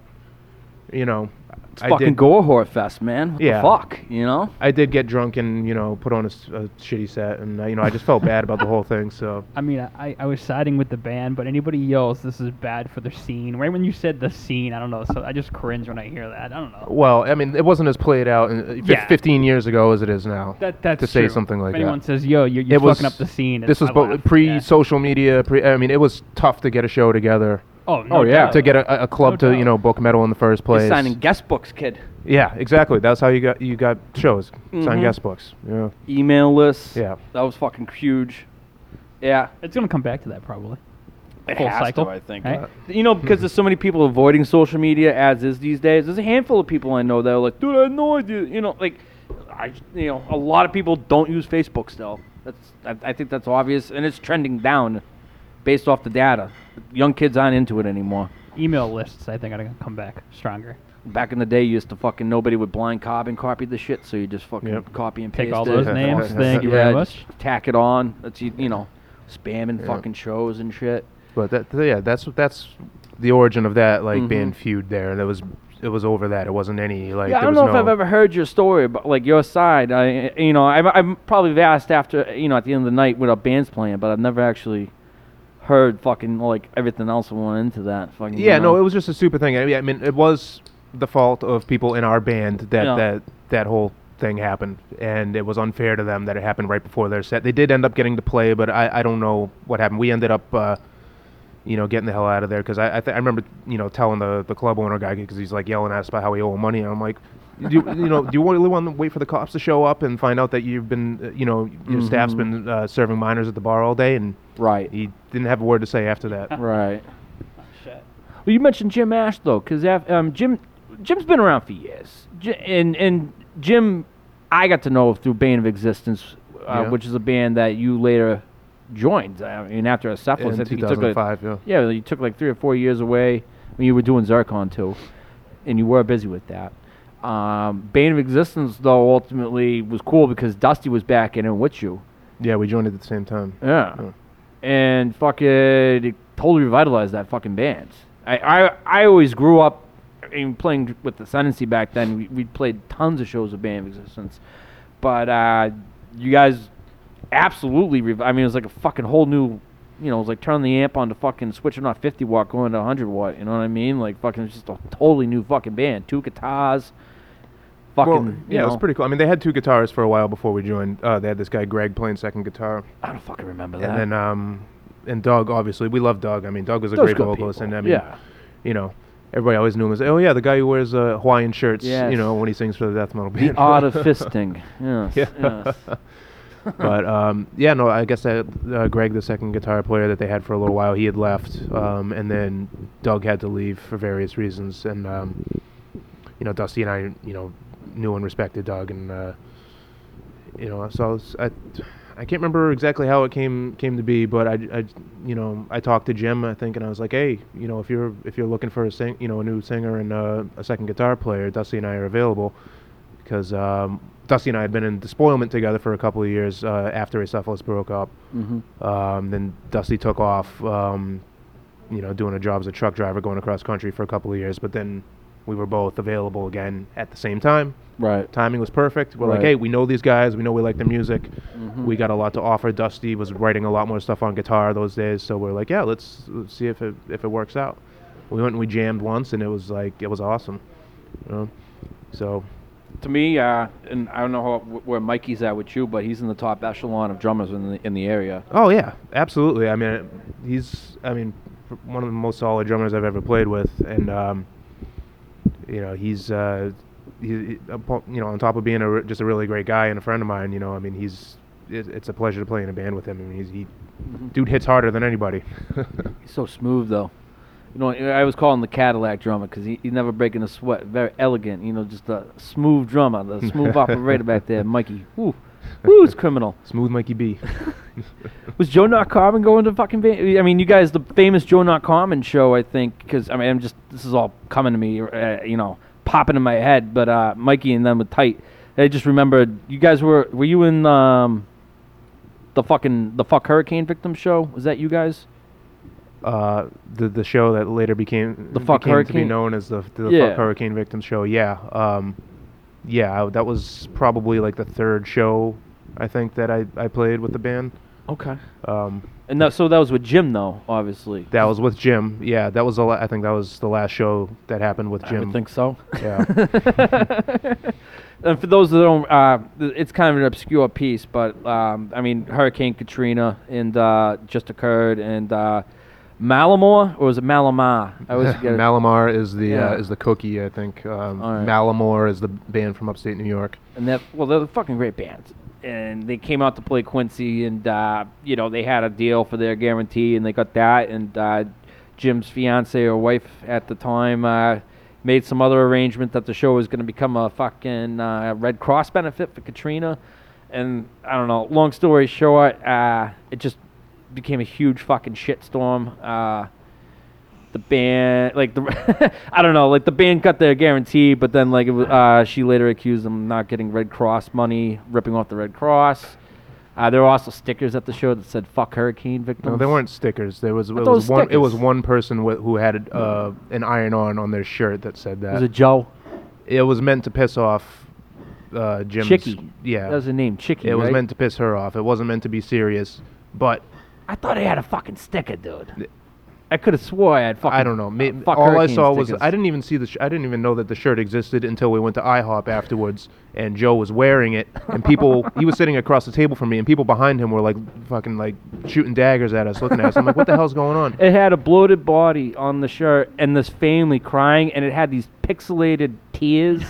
S2: you know
S4: it's
S2: I
S4: fucking
S2: did,
S4: gore horror fest, man. What
S2: Yeah.
S4: the fuck, you know?
S2: I did get drunk and you know put on a, s- a shitty set, and uh, you know I just felt bad about the whole thing. So
S3: I mean, I, I was siding with the band, but anybody yells, "This is bad for the scene." Right when you said the scene, I don't know. So I just cringe when I hear that. I don't know.
S2: well, I mean it wasn't as played out in, uh, fif-
S3: Yeah.
S2: 15 years ago as it is now.
S3: That that's
S2: to say
S3: true.
S2: something like
S3: if anyone
S2: that.
S3: says, "Yo, you're, you're
S2: it was
S3: fucking up the scene,"
S2: This was
S3: I
S2: bo-
S3: laugh. Yeah.
S2: pre-social media. Pre, I mean it was tough to get a show together.
S3: Oh, no
S4: Oh, yeah.
S3: doubt.
S2: To get a, a- a club
S3: No
S2: to you
S3: doubt.
S2: know book metal in the first place.
S4: He's signing guest books, kid.
S2: yeah, exactly. That's how you got you got shows. Sign
S3: Mm-hmm.
S4: Mhm.
S2: guest books. Yeah.
S4: Email lists.
S2: Yeah.
S4: That was fucking huge. Yeah.
S3: It's gonna come back to that probably.
S4: It
S3: Full
S4: has
S3: cycle,
S4: to, I think.
S3: right?
S4: You know, because there's so many people avoiding social media as is these days. There's a handful of people I know that are like, dude, I had no idea. You know, like, I, you know, a lot of people don't use Facebook still. That's, I, I think that's obvious, and it's trending down, based off the data. Young kids aren't into it anymore.
S3: Email lists, I think, are gonna come back stronger.
S4: Back in the day, you used to fucking nobody would blind carbon copy the shit, so you just fucking
S2: Yep.
S4: copy and paste
S3: Take all
S4: it.
S3: those names. Thank you
S4: yeah,
S3: very much.
S4: just tack it on. That's you, you know, spamming
S2: Yeah.
S4: fucking shows and shit.
S2: But that, th- yeah, that's that's the origin of that
S3: Mm-hmm.
S2: like
S4: Mhm.
S2: being feud there. That was it was over that. It wasn't any like.
S4: yeah, I
S2: there
S4: don't
S2: was
S4: know if
S2: no-
S4: I've ever heard your story, but like your side, I you know, I'm I'm probably asked after you know at the end of the night with our bands playing, but I've never actually heard fucking like everything else that went into that. Fucking you
S2: Yeah, no,
S4: know.
S2: it was just a stupid thing. I mean, I mean, it was the fault of people in our band that
S4: Yeah.
S2: that that whole thing happened, and it was unfair to them that it happened right before their set. They did end up getting to play, but I, I don't know what happened. We ended up, uh, you know, getting the hell out of there because I I, th- I remember you know telling the the club owner guy because he's like yelling at us about how we owe him money, and I'm like. do you, you know? Do you really want to wait for the cops to show up and find out that you've been, uh, you know, your staff's been uh, serving minors at the bar all day? And
S4: Mm-hmm. right,
S2: he didn't have a word to say after that.
S4: right. Well, you mentioned Jim Ash though, because um, Jim Jim's been around for years, J- and and Jim, I got to know through Bane of Existence, uh,
S2: Yeah.
S4: which is a band that you later joined. I mean, after Acephalus, I
S2: in
S4: think you took a
S2: 2005, yeah.
S4: yeah, you took like three or four years away when you were doing Zircon too, and you were busy with that. Um, Bane of Existence though ultimately was cool because Dusty was back in it with you.
S2: Yeah, we joined at the same time.
S4: Yeah.
S2: Yeah.
S4: And fucking it totally revitalized that fucking band. I, I, I always grew up in playing with the Ascendancy back then. We, we played tons of shows with Band of Existence. But uh, you guys absolutely, rev- I mean, it was like a fucking whole new, you know, it was like turning the amp on to fucking switching off 50 watt, going to 100 watt. You know what I mean? Like fucking it's just a totally new fucking band. Two guitars. Fucking,
S2: Well,
S4: you
S2: yeah, it was
S4: know,
S2: pretty cool. I mean, they had two guitarists for a while before we joined. Uh, they had this guy Greg playing second guitar,
S4: I don't fucking remember that.
S2: and then um, and Doug. Obviously, we love Doug. I mean, Doug was a
S4: Those
S2: great
S4: good
S2: vocalist,
S4: people.
S2: and I mean,
S4: Yeah.
S2: you know, everybody always knew him as oh yeah, the guy who wears uh, Hawaiian shirts.
S4: Yes.
S2: You know, when he sings for the death metal band.
S4: the art of fisting. Yes.
S2: Yeah.
S4: yes.
S2: but um, yeah, no, I guess that uh, Greg, the second guitar player that they had for a little while, he had left, um, and then Doug had to leave for various reasons, and um, you know, Dusty and I, you know, knew and respected Doug, and uh, you know, so I, was, I, I can't remember exactly how it came came to be, but I, I, you know, I talked to Jim, I think, and I was like, hey, you know, if you're if you're looking for a sing, you know, a new singer and uh, a second guitar player, Dusty and I are available because um, Dusty and I had been in despoilment together for a couple of years uh, after Acephalus broke up.
S4: hmm
S2: Um, then Dusty took off, um, you know, doing a job as a truck driver, going across country for a couple of years. But then we were both available again at the same time.
S4: Right.
S2: Timing was perfect. We're like,
S4: Right.
S2: hey, we know these guys. We know we like their music. We got a lot to offer. Dusty was writing a lot more stuff on guitar those days, so we're like, yeah, let's, let's see if it if it works out. We went and we jammed once, and it was like it was awesome. You know? So
S4: To me, uh, and I don't know how, wh- where Mikey's at with you, but he's in the top echelon of drummers in the in the area.
S2: Oh yeah, absolutely. I mean, he's I mean pr- one of the most solid drummers I've ever played with, and um, you know he's uh, he, he- upo- you know on top of being a, re- just a really great guy and a friend of mine. You know, I mean he's it, it's a pleasure to play in a band with him. I mean he's, he dude hits harder than anybody.
S4: He's so smooth though. You know, I was calling the Cadillac drummer because he, he's never breaking a sweat. Very elegant, you know, just a smooth drummer, the smooth operator back there, Mikey. Woo, woo, it's criminal.
S2: Smooth Mikey B.
S4: Was Joe Not Common going to fucking? Van- I mean, you guys, the famous Joe Not Common show, I think, because I mean, I'm just this is all coming to me, uh, you know, popping in my head. But uh, Mikey and them with tight. I just remembered you guys were were you in um, the fucking the fuck hurricane victim show? Was that you guys?
S2: uh, the the show that later became
S4: The
S2: became to
S4: Fuck
S2: be
S4: Hurricane?
S2: known as the the
S4: Yeah.
S2: Fuck Hurricane Victims Show. Yeah, um, yeah, I- that was probably like the third show I think that I, I played with the band.
S4: Okay.
S2: Um,
S4: And that, so that was with Jim though, obviously.
S2: that was with Jim. Yeah, that was the la- I think that was the last show that happened with
S4: I
S2: Jim.
S4: would think so.
S2: Yeah.
S4: and for those that don't, uh, th- it's kind of an obscure piece, but um, I mean, Hurricane Katrina and uh, just occurred, and uh, Malamore or was it Malamar? I always forget. it.
S2: Malamar is the
S4: Yeah.
S2: uh, is the cookie, I think. Um,
S4: All right.
S2: Malamar is the band from upstate New York.
S4: and that well, they're a fucking great bands, and they came out to play Quincy, and uh, you know they had a deal for their guarantee, and they got that, and uh, Jim's fiance or wife at the time uh, made some other arrangement that the show was going to become a fucking uh, Red Cross benefit for Katrina, and I don't know. Long story short, uh, it just became a huge fucking shitstorm. Uh, the band like the I don't know like the band cut their guarantee, but then like it was, uh, she later accused them of not getting Red Cross money, ripping off the Red Cross. Uh, there were also stickers at the show that said "fuck hurricane victims."
S2: No, they weren't stickers. There was it
S4: thought
S2: was,
S4: it was
S2: one. It was
S4: stickers.
S2: one person wi- who had uh, an iron on on their shirt that said
S4: It
S2: that.
S4: was a Joe
S2: It was meant to piss off uh, Jim's.
S4: Chicky.
S2: Yeah.
S4: That was the name, Chicky.
S2: it was
S4: right?
S2: meant to piss her off. It wasn't meant to be serious. But
S4: I thought I had a fucking sticker, dude. I could have swore I had fucking.
S2: I don't know. May
S4: Ah, fuck
S2: all I
S4: hurricane
S2: saw was
S4: stickers.
S2: I didn't even see the. Sh- I didn't even know that the shirt existed until we went to IHOP afterwards, and Joe was wearing it, and people. he was sitting across the table from me, and people behind him were like fucking like shooting daggers at us, looking at us. I'm like, what the hell's going on?
S4: It had a bloated body on the shirt and this family crying, and it had these pixelated tears,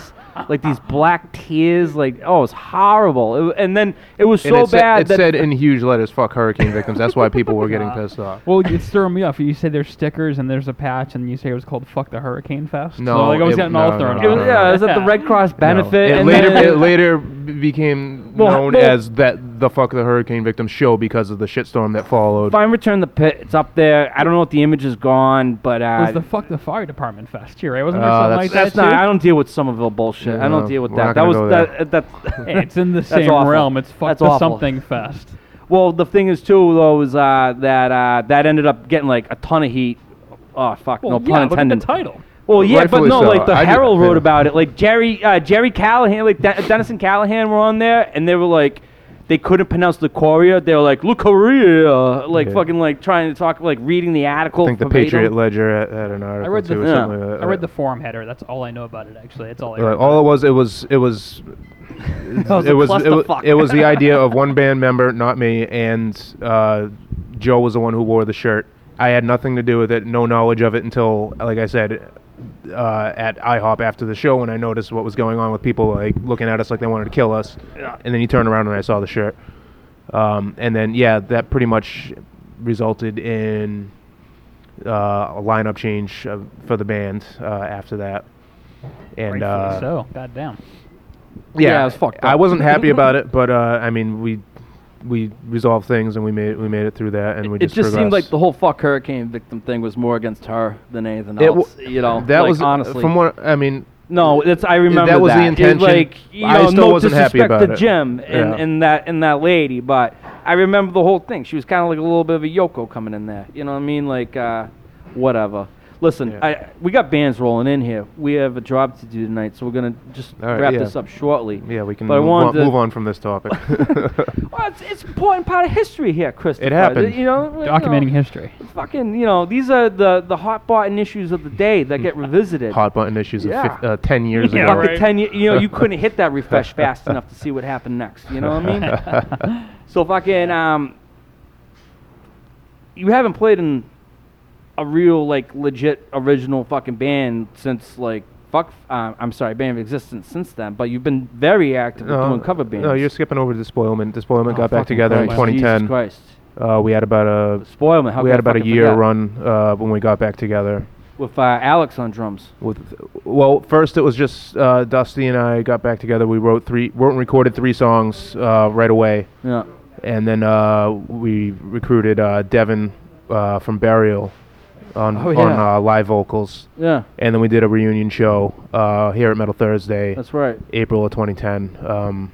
S4: like these black tears. Like, oh, it's horrible. It, and then it was
S2: And
S4: so
S2: it said-
S4: bad
S2: it
S4: that
S2: said in huge letters, "Fuck hurricane victims." That's why people were getting pissed off.
S3: Well, it's throwing me off. You say there's stickers and there's a patch, and you say it was called "Fuck the Hurricane Fest."
S2: No,
S3: so like I was
S2: it-
S3: getting
S2: no,
S3: all thrown
S2: no,
S4: it was,
S2: no,
S3: off.
S4: yeah, it was at the Red Cross benefit.
S2: It
S4: and
S2: later,
S4: then-
S2: it later b- became
S4: Well,
S2: known
S4: well-
S2: as that the "Fuck the Hurricane Victims" show because of the shitstorm that followed.
S4: Fine Return the Pit. It's up there. I don't know if the image is gone, but
S3: It was the
S4: uh,
S3: "Fuck the Fire Department" fest too, right? Wasn't
S2: Oh,
S3: there something
S2: that's-
S3: like
S4: that's
S3: that?
S4: not.
S3: too?
S4: I don't deal with Somerville bullshit. I don't
S2: No,
S4: deal with
S2: we're not
S4: that. That
S2: gonna
S4: was
S2: go there.
S4: that. that
S3: Hey, it's in the same
S4: awful.
S3: realm. It's fuck
S4: That's
S3: the
S4: awful.
S3: something fest.
S4: Well, the thing is too though is uh, that uh, that ended up getting like a ton of heat. Oh fuck,
S3: Well,
S4: no
S3: yeah,
S4: pun
S3: look at the
S4: intended.
S3: title.
S4: Well, yeah, but
S2: Rightfully
S4: no,
S2: so.
S4: like the
S2: I did-
S4: Herald wrote
S2: yeah.
S4: about it. Like Jerry uh, Jerry Callahan, like De- Dennis and Callahan were on there, and they were like. They couldn't pronounce the Korea. They were like, "Look, Korea!" Like
S2: Yeah.
S4: fucking like trying to talk, like reading the article.
S2: I think the
S4: verbatim.
S2: Patriot Ledger had, had an article
S3: read the-
S2: too, or
S4: Yeah.
S2: something like that.
S3: I read the forum header. That's all I know about it. Actually, that's all I.
S2: Like,
S3: Read.
S2: all it was, it was, it was,
S4: was
S2: it
S4: a
S2: was, it was,
S4: clusterfuck.
S2: it was the idea of one band member, not me, and uh, Joe was the one who wore the shirt. I had nothing to do with it, no knowledge of it until, like I said, uh, at IHOP after the show when I noticed what was going on with people like looking at us like they wanted to kill us,
S4: Yeah.
S2: and then you turned around and I saw the shirt, um, and then yeah, that pretty much resulted in uh, a lineup change uh, for the band uh, after that. And
S3: Rightfully
S2: uh,
S3: so. Goddamn.
S2: yeah,
S4: Yeah, it was fucked up.
S2: I wasn't happy about it, but uh, I mean, we we resolved things and we made we made it through that, and we
S4: It
S2: just
S4: just seemed like
S2: progressed.
S4: the whole fuck hurricane victim thing was more against her than anything
S2: It w-
S4: else. you know,
S2: that
S4: like,
S2: was uh,
S4: honestly
S2: from what I mean.
S4: No, that's I remember
S2: was the
S4: It,
S2: intention.
S4: like you
S2: I
S4: know,
S2: still
S4: no
S2: wasn't happy
S4: disrespect
S2: about
S4: to
S2: it.
S4: Jim and,
S2: Yeah.
S4: and that and that lady, but I remember the whole thing. She was kind of like a little bit of a Yoko coming in there. You know what I mean? Like uh, whatever. Listen,
S2: Yeah.
S4: I, we got bands rolling in here. We have a job to do tonight, so we're gonna just
S2: All right,
S4: wrap
S2: yeah.
S4: this up shortly.
S2: Yeah, we can
S4: But I
S2: move, on,
S4: wanted to-
S2: move on from this topic.
S4: Well, it's, it's an important part of history here, Christopher.
S2: happened.
S4: You know, you know,
S3: Documenting history.
S2: Oh,
S4: Fucking, you know, these are the the hot button issues of the day that get revisited.
S2: Hot button issues
S4: Yeah.
S2: of fif- uh, ten years
S3: Yeah,
S2: ago.
S4: Fucking
S3: right.
S4: ten ye- you know, you couldn't hit that refresh fast enough to see what happened next. You know what I mean? so fucking um, you haven't played in a real like legit original fucking band since like fuck. Uh, I'm sorry, band of existence since then. But you've been very active with doing cover bands.
S2: Uh,
S4: Oh,
S2: No, you're skipping over to Despoilment. Despoilment got back
S4: Fucking
S2: together in
S4: Christ,
S2: 2010.
S4: Jesus Christ.
S2: Uh, we had about a
S4: Spoil me. How
S2: we
S4: could
S2: had
S4: I
S2: about a
S4: fucking
S2: year
S4: forget?
S2: run uh, when we got back together.
S4: with uh, Alex on drums.
S2: with well first it was just uh, dusty and i got back together we wrote three wrote and recorded three songs uh, right away
S4: Yeah.
S2: and then uh, we recruited uh, devin uh, from burial on,
S4: Oh,
S2: on
S4: yeah.
S2: uh, live vocals
S4: Yeah.
S2: and then we did a reunion show uh, here at metal thursday
S4: That's right.
S2: april of 2010 um,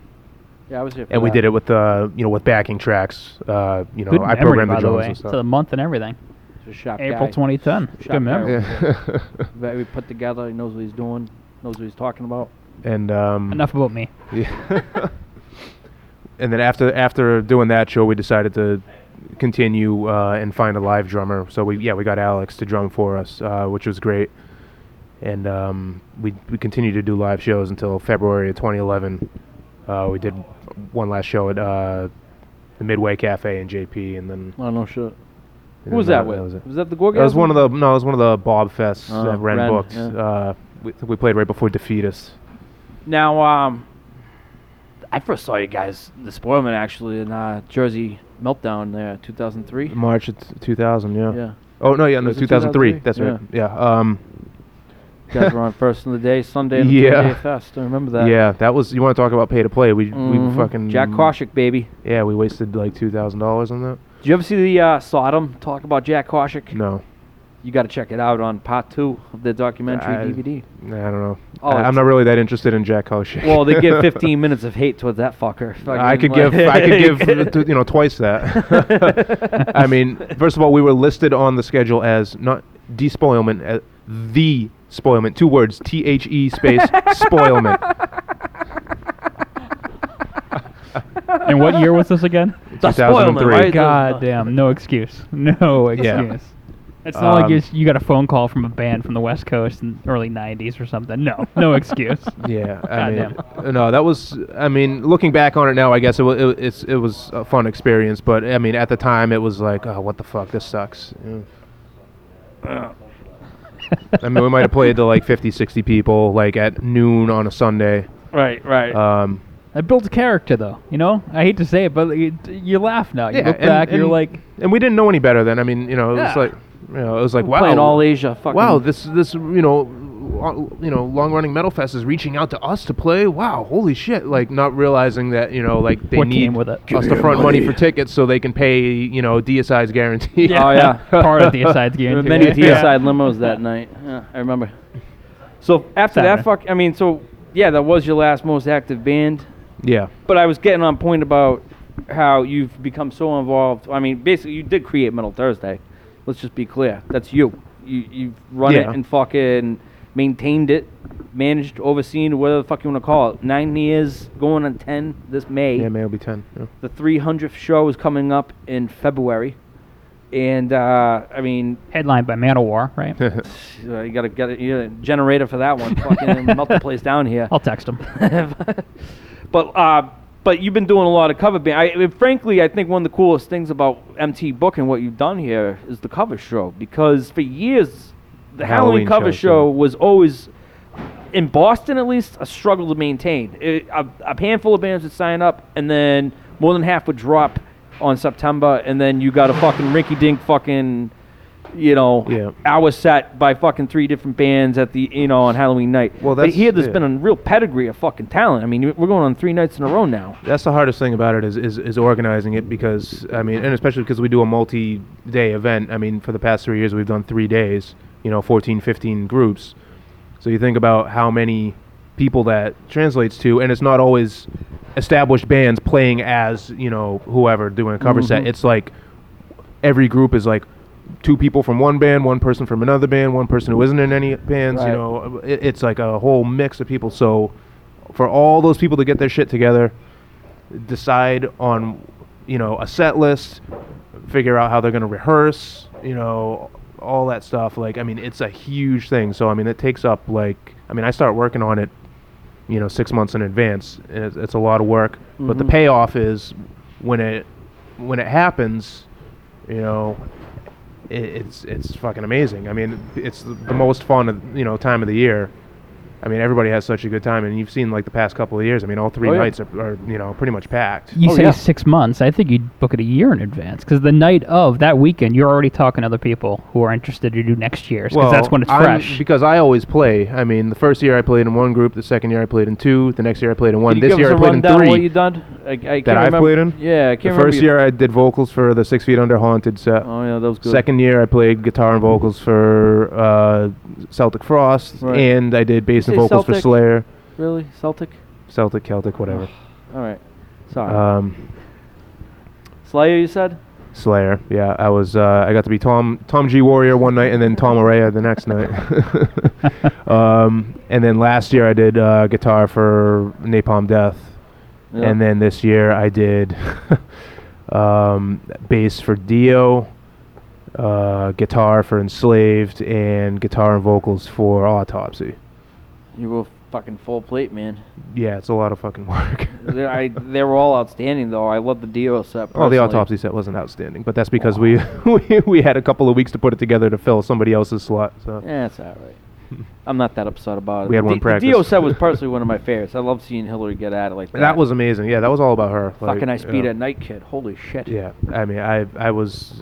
S4: Yeah, I was here. For
S2: and we
S4: that.
S2: did it with uh, you know with backing tracks uh, you know
S3: Good
S2: i
S3: memory,
S2: programmed
S3: by
S2: the
S3: the
S2: drums
S3: way.
S2: and
S3: To
S2: stuff
S3: the month and everything.
S4: He's a sharp
S3: April
S4: guy.
S3: 2010.
S4: Shot
S3: Good memory.
S4: barrel.
S2: yeah.
S4: Very put together. He knows what he's doing. Knows what he's talking about.
S2: and um,
S3: Enough about me.
S2: Yeah. and then after after doing that show, we decided to continue uh, and find a live drummer. So we yeah we got Alex to drum for us, uh, which was great. And um, we we continued to do live shows until February of 2011. Uh, we did one last show at uh, the Midway Cafe in JP, and then
S4: I know shit.
S2: and
S4: Who was
S2: then
S4: that with?
S2: was it.
S4: that the Gorgas?
S2: That was one of the no, it was one of the Bob Fests
S4: Oh,
S2: that Ren,
S4: Ren,
S2: booked.
S4: yeah.
S2: Uh, we, we played right before Defeatus.
S4: Now, um, I first saw you guys, the Spoilman, actually, in uh, Jersey Meltdown there, 2003.
S2: March of t- 2000, yeah.
S4: Yeah.
S2: Oh no, yeah, no,
S4: Was it
S2: 2003.
S4: 2003?
S2: That's right. Yeah. Um,
S4: You guys were on first in the day, Sunday, and
S2: Yeah.
S4: the day fest. I remember that.
S2: yeah, that was. You want to talk about pay to play? We
S4: Mhm.
S2: we fucking
S4: Jack Koshik, baby.
S2: Yeah, we wasted like two thousand dollars on that.
S4: Did you ever see the uh, Sodom talk about Jack Koshik?
S2: No.
S4: you got to check it out on part two of the documentary
S2: I-
S4: DVD.
S2: I don't know.
S4: Oh,
S2: I,
S4: it's-
S2: am not really that interested in Jack Hoshek.
S4: Well, they give 15 minutes of hate towards that fucker.
S2: I
S4: Fucking,
S2: could
S4: like-
S2: give I could give uh, t- you know twice that. I mean, first of all, we were listed on the schedule as not despoilment, uh, the spoilment. Two words: T H E space spoilment.
S3: And what year was this again?
S4: The spoilment,
S2: 2003.
S4: right?
S3: God damn, no excuse. No excuse.
S2: Yeah.
S3: It's not like
S2: Um,
S3: you, s- you got a phone call from a band from the West Coast in early 90s or something. No, no excuse.
S2: Yeah, I mean,
S3: Goddamn.
S2: uh, no, that was. I mean, looking back on it now, I guess it was. It, it's it was a fun experience, but I mean, at the time, it was like, oh, what the fuck, this sucks. Yeah. I mean, we might have played to like 50, 60 people, like at noon on a Sunday.
S4: Right, right.
S2: Um,
S3: That builds character, though. You know, I hate to say it, but you, you laugh now. You
S2: yeah,
S3: look
S2: and-
S3: back, you're
S2: and-
S3: like,
S2: and we didn't know any better then. I mean, you know, it was
S3: Yeah.
S2: like, you know, it was like, wow,
S4: Playing all Asia. Fucking
S2: wow, this this you know, lo- you know, long running metal fest is reaching out to us to play. Wow, holy shit! Like not realizing that you know, like they
S3: What
S2: need
S3: came with it?
S2: us to front money. for tickets so they can pay you know DSI's guarantee.
S4: Oh yeah.
S3: part of the aside
S4: There were
S3: game.
S4: many
S3: too.
S4: TSI limos that night. Yeah, I remember. So after
S3: Saturday.
S4: that, fuck. I mean, so yeah, that was your last most active band.
S2: yeah,
S4: But I was getting on point about how you've become so involved. I mean, basically, you did create Metal Thursday. Let's just be clear. That's you. You you've run
S2: Yeah.
S4: it and fucking maintained it, managed, overseen, whatever the fuck you want to call it. Nine years, going on ten this May.
S2: yeah, May will be ten. Yeah.
S4: The 300th show is coming up in February, and uh, I mean,
S3: Headlined by Manowar, right?
S4: Uh, you gotta get a, you gotta generator for that one. Fucking melt the place down here.
S3: I'll text him.
S4: but uh, but you've been doing a lot of cover band. I, I- frankly, I think one of the coolest things about MT Book and what you've done here is the cover show because for years the
S2: Halloween
S4: Halloween, cover
S2: shows,
S4: show
S2: yeah.
S4: was always in Boston at least a struggle to maintain. It, a, a handful of bands would sign up, and then more than half would drop on September, and then you got a fucking rinky-dink fucking, you know,
S2: Yeah.
S4: hour set by fucking three different bands at the you know on Halloween night.
S2: Well,
S4: But
S2: that's-
S4: here. There's
S2: yeah.
S4: been a real pedigree of fucking talent. I mean, we're going on three nights in a row now.
S2: That's the hardest thing about it is, is, is organizing it because I mean, and especially because we do a multi-day event. I mean, for the past three years, we've done three days. You know, 14, 15 groups. So you think about how many people that translates to, and it's not always established bands playing as you know whoever doing a cover set. It's like every group is like two people from one band, one person from another band, one person who isn't in any bands.
S4: Right.
S2: You know, it, it's like a whole mix of people. So for all those people to get their shit together, decide on you know a set list, figure out how they're going to rehearse, you know, all that stuff. Like, I mean, it's a huge thing. So I mean, it takes up like I mean, I start working on it you know six months in advance and it's, it's a lot of work but the
S4: Mm-hmm.
S2: payoff is when it when it happens you know it, it's it's fucking amazing i mean it's the, the most fun of, you know time of the year i mean everybody has such a good time and you've seen like the past couple of years i mean all three
S4: Oh, yeah.
S2: nights are, are you know pretty much packed
S3: You
S4: Oh,
S3: say
S4: yeah.
S3: six months. I think you'd book it a year in advance because the night of that weekend, you're already talking to other people who are interested to do next year's because that's when it's
S2: I'm-
S3: fresh.
S2: because I always play. I mean, the first year I played in one group, the second year I played in two, the next year I played in one.
S4: Can you
S2: this
S4: give
S2: year
S4: us
S2: I
S4: a
S2: played in
S4: rundown of
S2: three.
S4: what you done? I, I can't
S2: I've
S4: remember.
S2: played in?
S4: Yeah, I can't
S2: the
S4: remember.
S2: first
S4: your-
S2: year I did vocals for the Six Feet Under Haunted set.
S4: Oh yeah, that was good.
S2: Second year I played guitar and vocals for uh, Celtic Frost,
S4: Right.
S2: and I did bass
S4: Did
S2: and
S4: you say
S2: vocals for
S4: Celtic?
S2: Slayer,
S4: really Celtic.
S2: Celtic, Celtic, whatever.
S4: All right, sorry.
S2: um,
S4: Slayer, you said.
S2: Slayer, yeah. I was uh, I got to be Tom Tom G Warrior one night, and then Tom Araya the next night. um, and then last year I did uh, guitar for Napalm Death,
S4: Yeah.
S2: and then this year I did um, bass for Dio. Uh, guitar for Enslaved and guitar and vocals for Autopsy.
S4: you were fucking full plate, man.
S2: Yeah, it's a lot of fucking work.
S4: they, I, they were all outstanding though. I love the Dio set.
S2: Oh, the
S4: personally.
S2: autopsy set wasn't outstanding, but that's because we, we we had a couple of weeks to put it together to fill somebody else's slot. So
S4: Yeah, it's all right. I'm not that upset about it.
S2: We had
S4: The-
S2: one practice.
S4: The Dio set was personally one of my favorites. I love seeing Hillary get at it like that.
S2: that was amazing. Yeah, that was all about her. Like,
S4: fucking I speed
S2: yeah.
S4: at night, kid. Holy shit.
S2: Yeah, I mean, I I was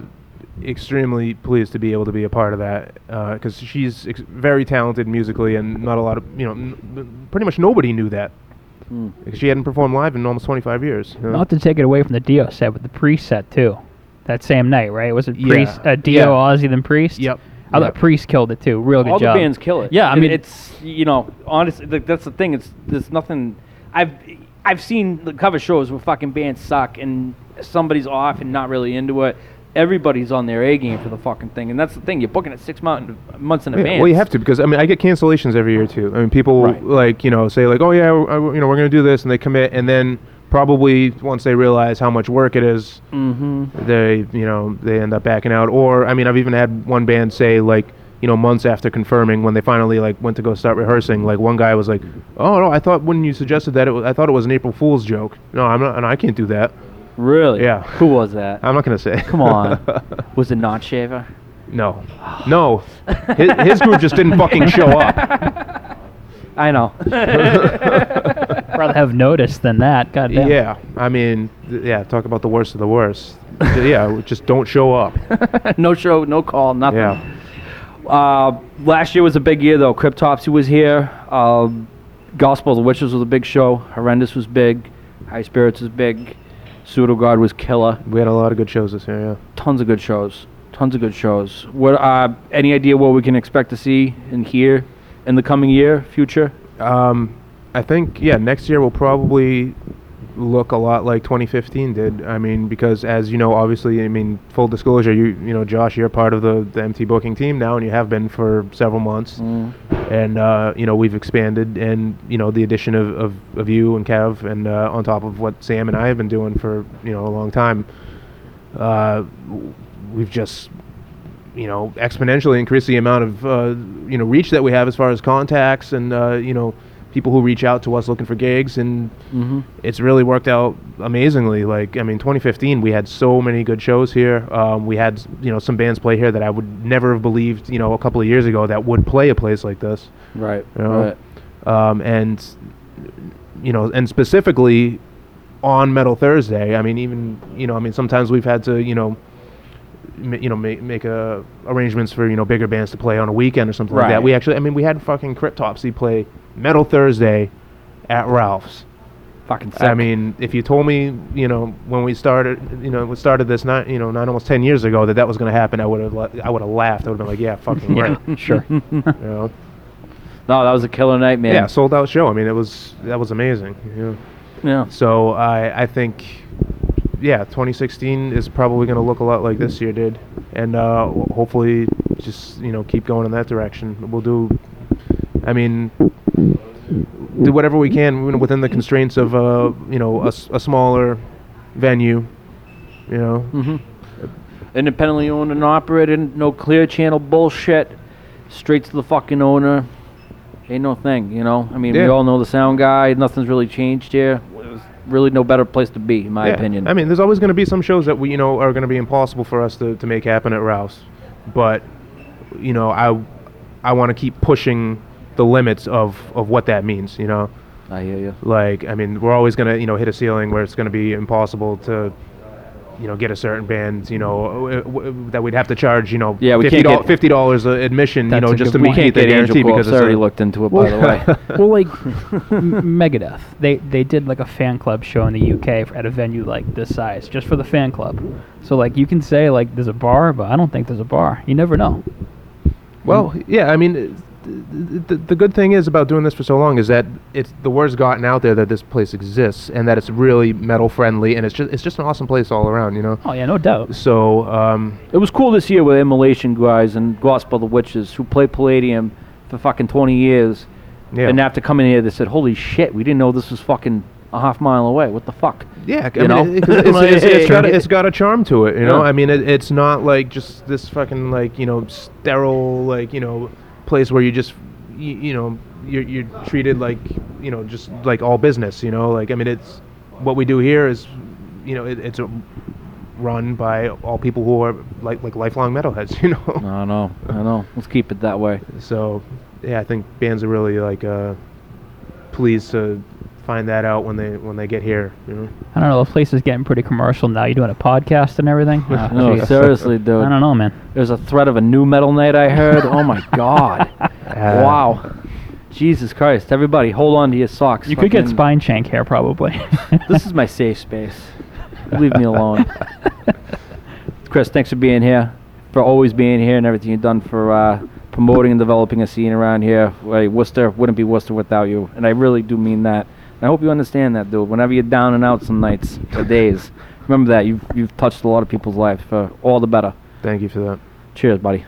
S2: extremely pleased to be able to be a part of that because she's ex- very talented musically, and not a lot of you know, n- n- pretty much nobody knew that.
S4: Mm.
S2: She hadn't performed live in almost 25 years. you know?
S3: Not to take it away from the Dio set, but the Priest set too. That same night, right? Was it Priest,
S2: Yeah.
S3: uh, Dio,
S2: Yeah.
S3: Ozzy, then Priest?
S2: Yep.
S3: I thought Priest killed it too. Real good
S4: all
S3: job.
S4: the bands kill it.
S3: Yeah, I
S4: It-
S3: mean-
S4: it's you know, honestly, like, that's the thing. It's there's nothing. I've I've seen the cover shows where fucking bands suck and somebody's off and not really into it. Everybody's on their A game for the fucking thing, and that's the thing. You're booking it six month, months in
S2: Yeah,
S4: advance.
S2: well, you have to because I mean I get cancellations every year too. I mean people
S4: Right.
S2: like you know say like oh yeah I, you know we're gonna do this and they commit and then probably once they realize how much work it is,
S4: Mm-hmm.
S2: they you know they end up backing out. Or I mean I've even had one band say like you know months after confirming when they finally like went to go start rehearsing like one guy was like oh no I thought when you suggested that it was, I thought it was an April Fool's joke. No I'm not no, I can't do that.
S4: Really?
S2: Yeah.
S4: Who was that?
S2: I'm not gonna say.
S4: Come on. was it not Shaver?
S2: no, no. His, his group just didn't fucking show up.
S4: I know.
S3: rather have noticed than that. God damn.
S2: Yeah, I mean, th- yeah, talk about the worst of the worst. J- yeah, just don't show up.
S4: no show, no call, nothing.
S2: Yeah,
S4: Uh, last year was a big year though. Cryptopsy was here. Um, Gospel of the Witches was a big show. Horrendous was big. High Spirits was big. Pseudo God was killer.
S2: we had a lot of good shows this year.
S4: Tons of good shows. Tons of good shows. What? Uh, any idea what we can expect to see and hear in the coming year, future?
S2: Yeah, um, I think yeah, next year will probably look a lot like 2015 did. I mean, because as you know, obviously, I mean, full disclosure, you you know, Josh, you're part of the, the MT booking team now, and you have been for several months. and uh, you know we've expanded and you know the addition of, of, of you and Kev and uh, on top of what Sam and I have been doing for you know a long time uh, w- we've just you know exponentially increased the amount of uh, you know reach that we have as far as contacts and uh, you know people who reach out to us looking for gigs and
S4: Mm-hmm.
S2: it's really worked out amazingly. Like, I mean, 2015, we had so many good shows here. Um, we had, you know, some bands play here that I would never have believed, you know, a couple of years ago that would play a place like this.
S4: Right.
S2: You know? Um, and, you know, and specifically on Metal Thursday, I mean, even, you know, I mean, sometimes we've had to, you know, m- you know, make, make uh, arrangements for, you know, bigger bands to play on a weekend or something like
S4: Right.
S2: that. We actually, I mean, we had fucking Cryptopsy play Metal Thursday at Ralph's.
S4: Fucking sick.
S2: I mean, if you told me, you know, when we started, you know, we started this nine, you know, nine almost ten years ago, that that was going to happen, I would have, I would have laughed. I would have been like, yeah, fucking right.
S3: Yeah, sure.
S2: You know?
S4: no, that was a killer night, man.
S2: Yeah, sold out show. I mean, it was that was amazing. You know?
S4: Yeah.
S2: So I, I think, yeah, 2016 is probably going to look a lot like this year did, and uh, ho- hopefully, just you know, keep going in that direction. We'll do, I mean, do whatever we can wi- within the constraints of uh, you know, a, s- a smaller venue, you know.
S4: hmm Independently owned and operated, no clear channel bullshit. Straight to the fucking owner. Ain't no thing, you know. I mean, we
S2: Yeah.
S4: all know the sound guy. Nothing's really changed here. There's really no better place to be, in my
S2: Yeah.
S4: opinion.
S2: I mean, there's always going to be some shows that we, you know, are going to be impossible for us to, to make happen at Rouse, but you know, I I want to keep pushing the limits of of what that means. You know,
S4: I hear you.
S2: like I mean, we're always going to you know hit a ceiling where it's going to be impossible to. You know, get a certain band. You know uh, w- w- that we'd have to charge. You know,
S4: Yeah, we
S2: fifty
S4: can't
S2: dollars
S4: get-
S2: fifty dollars admission. You
S3: That's
S2: know,
S3: a
S2: just to
S3: good
S2: meet
S3: point.
S4: Can't
S2: the
S4: get Angel
S2: guarantee because
S4: Corpse. I
S2: it's
S4: already
S2: a,
S4: looked into it, by the way.
S3: well, like M- Megadeth, they they did like a fan club show in the UK for, at a venue like this size, just for the fan club. So like you can say like there's a bar, but I don't think there's a bar. You never know.
S2: Well, yeah, I mean, th- th- the good thing is about doing this for so long is that it's the word's gotten out there that this place exists and that it's really metal friendly and it's just it's just an awesome place all around, you know.
S3: Oh yeah, no doubt.
S2: So, um,
S4: It was cool this year with Immolation guys and Gospel of the Witches who played Palladium for fucking 20 years.
S2: Yeah.
S4: And after coming here, they said, holy shit, we didn't know this was fucking a half mile away. What the fuck?
S2: yeah, I
S4: You
S2: mean,
S4: know?
S2: it- 'cause it's, it's- it's got a, it's got a charm to it, you know.
S4: Yeah.
S2: I mean, it, it's not like just this fucking like you know sterile like you know place where you just you, you know you're, you're treated like you know just like all business, you know. Like I mean, it's what we do here is you know it, it's a run by all people who are like like lifelong metalheads, you know.
S4: I know. I know. Let's keep it that way.
S2: So yeah, I think bands are really like uh, pleased to find that out when they when they get here, you know.
S3: I don't know. The place is getting pretty commercial now. You're doing a podcast and everything. Oh,
S4: No,
S3: jeez.
S4: seriously, dude.
S3: I don't know, man.
S4: There's a threat of a new metal night I heard. oh my god. wow. Jesus Christ. Everybody, hold on to your socks.
S3: You could get
S4: Fucking-
S3: spine shank hair probably.
S4: This is my safe space. Leave me alone. Chris, thanks for being here. for always being here and everything you've done for uh, promoting and developing a scene around here. Like Worcester wouldn't be Worcester without you, and I really do mean that. And I hope you understand that, dude. Whenever you're down and out some nights or days, remember that you've you've touched a lot of people's lives for all the better.
S2: Thank you for that.
S4: Cheers, buddy.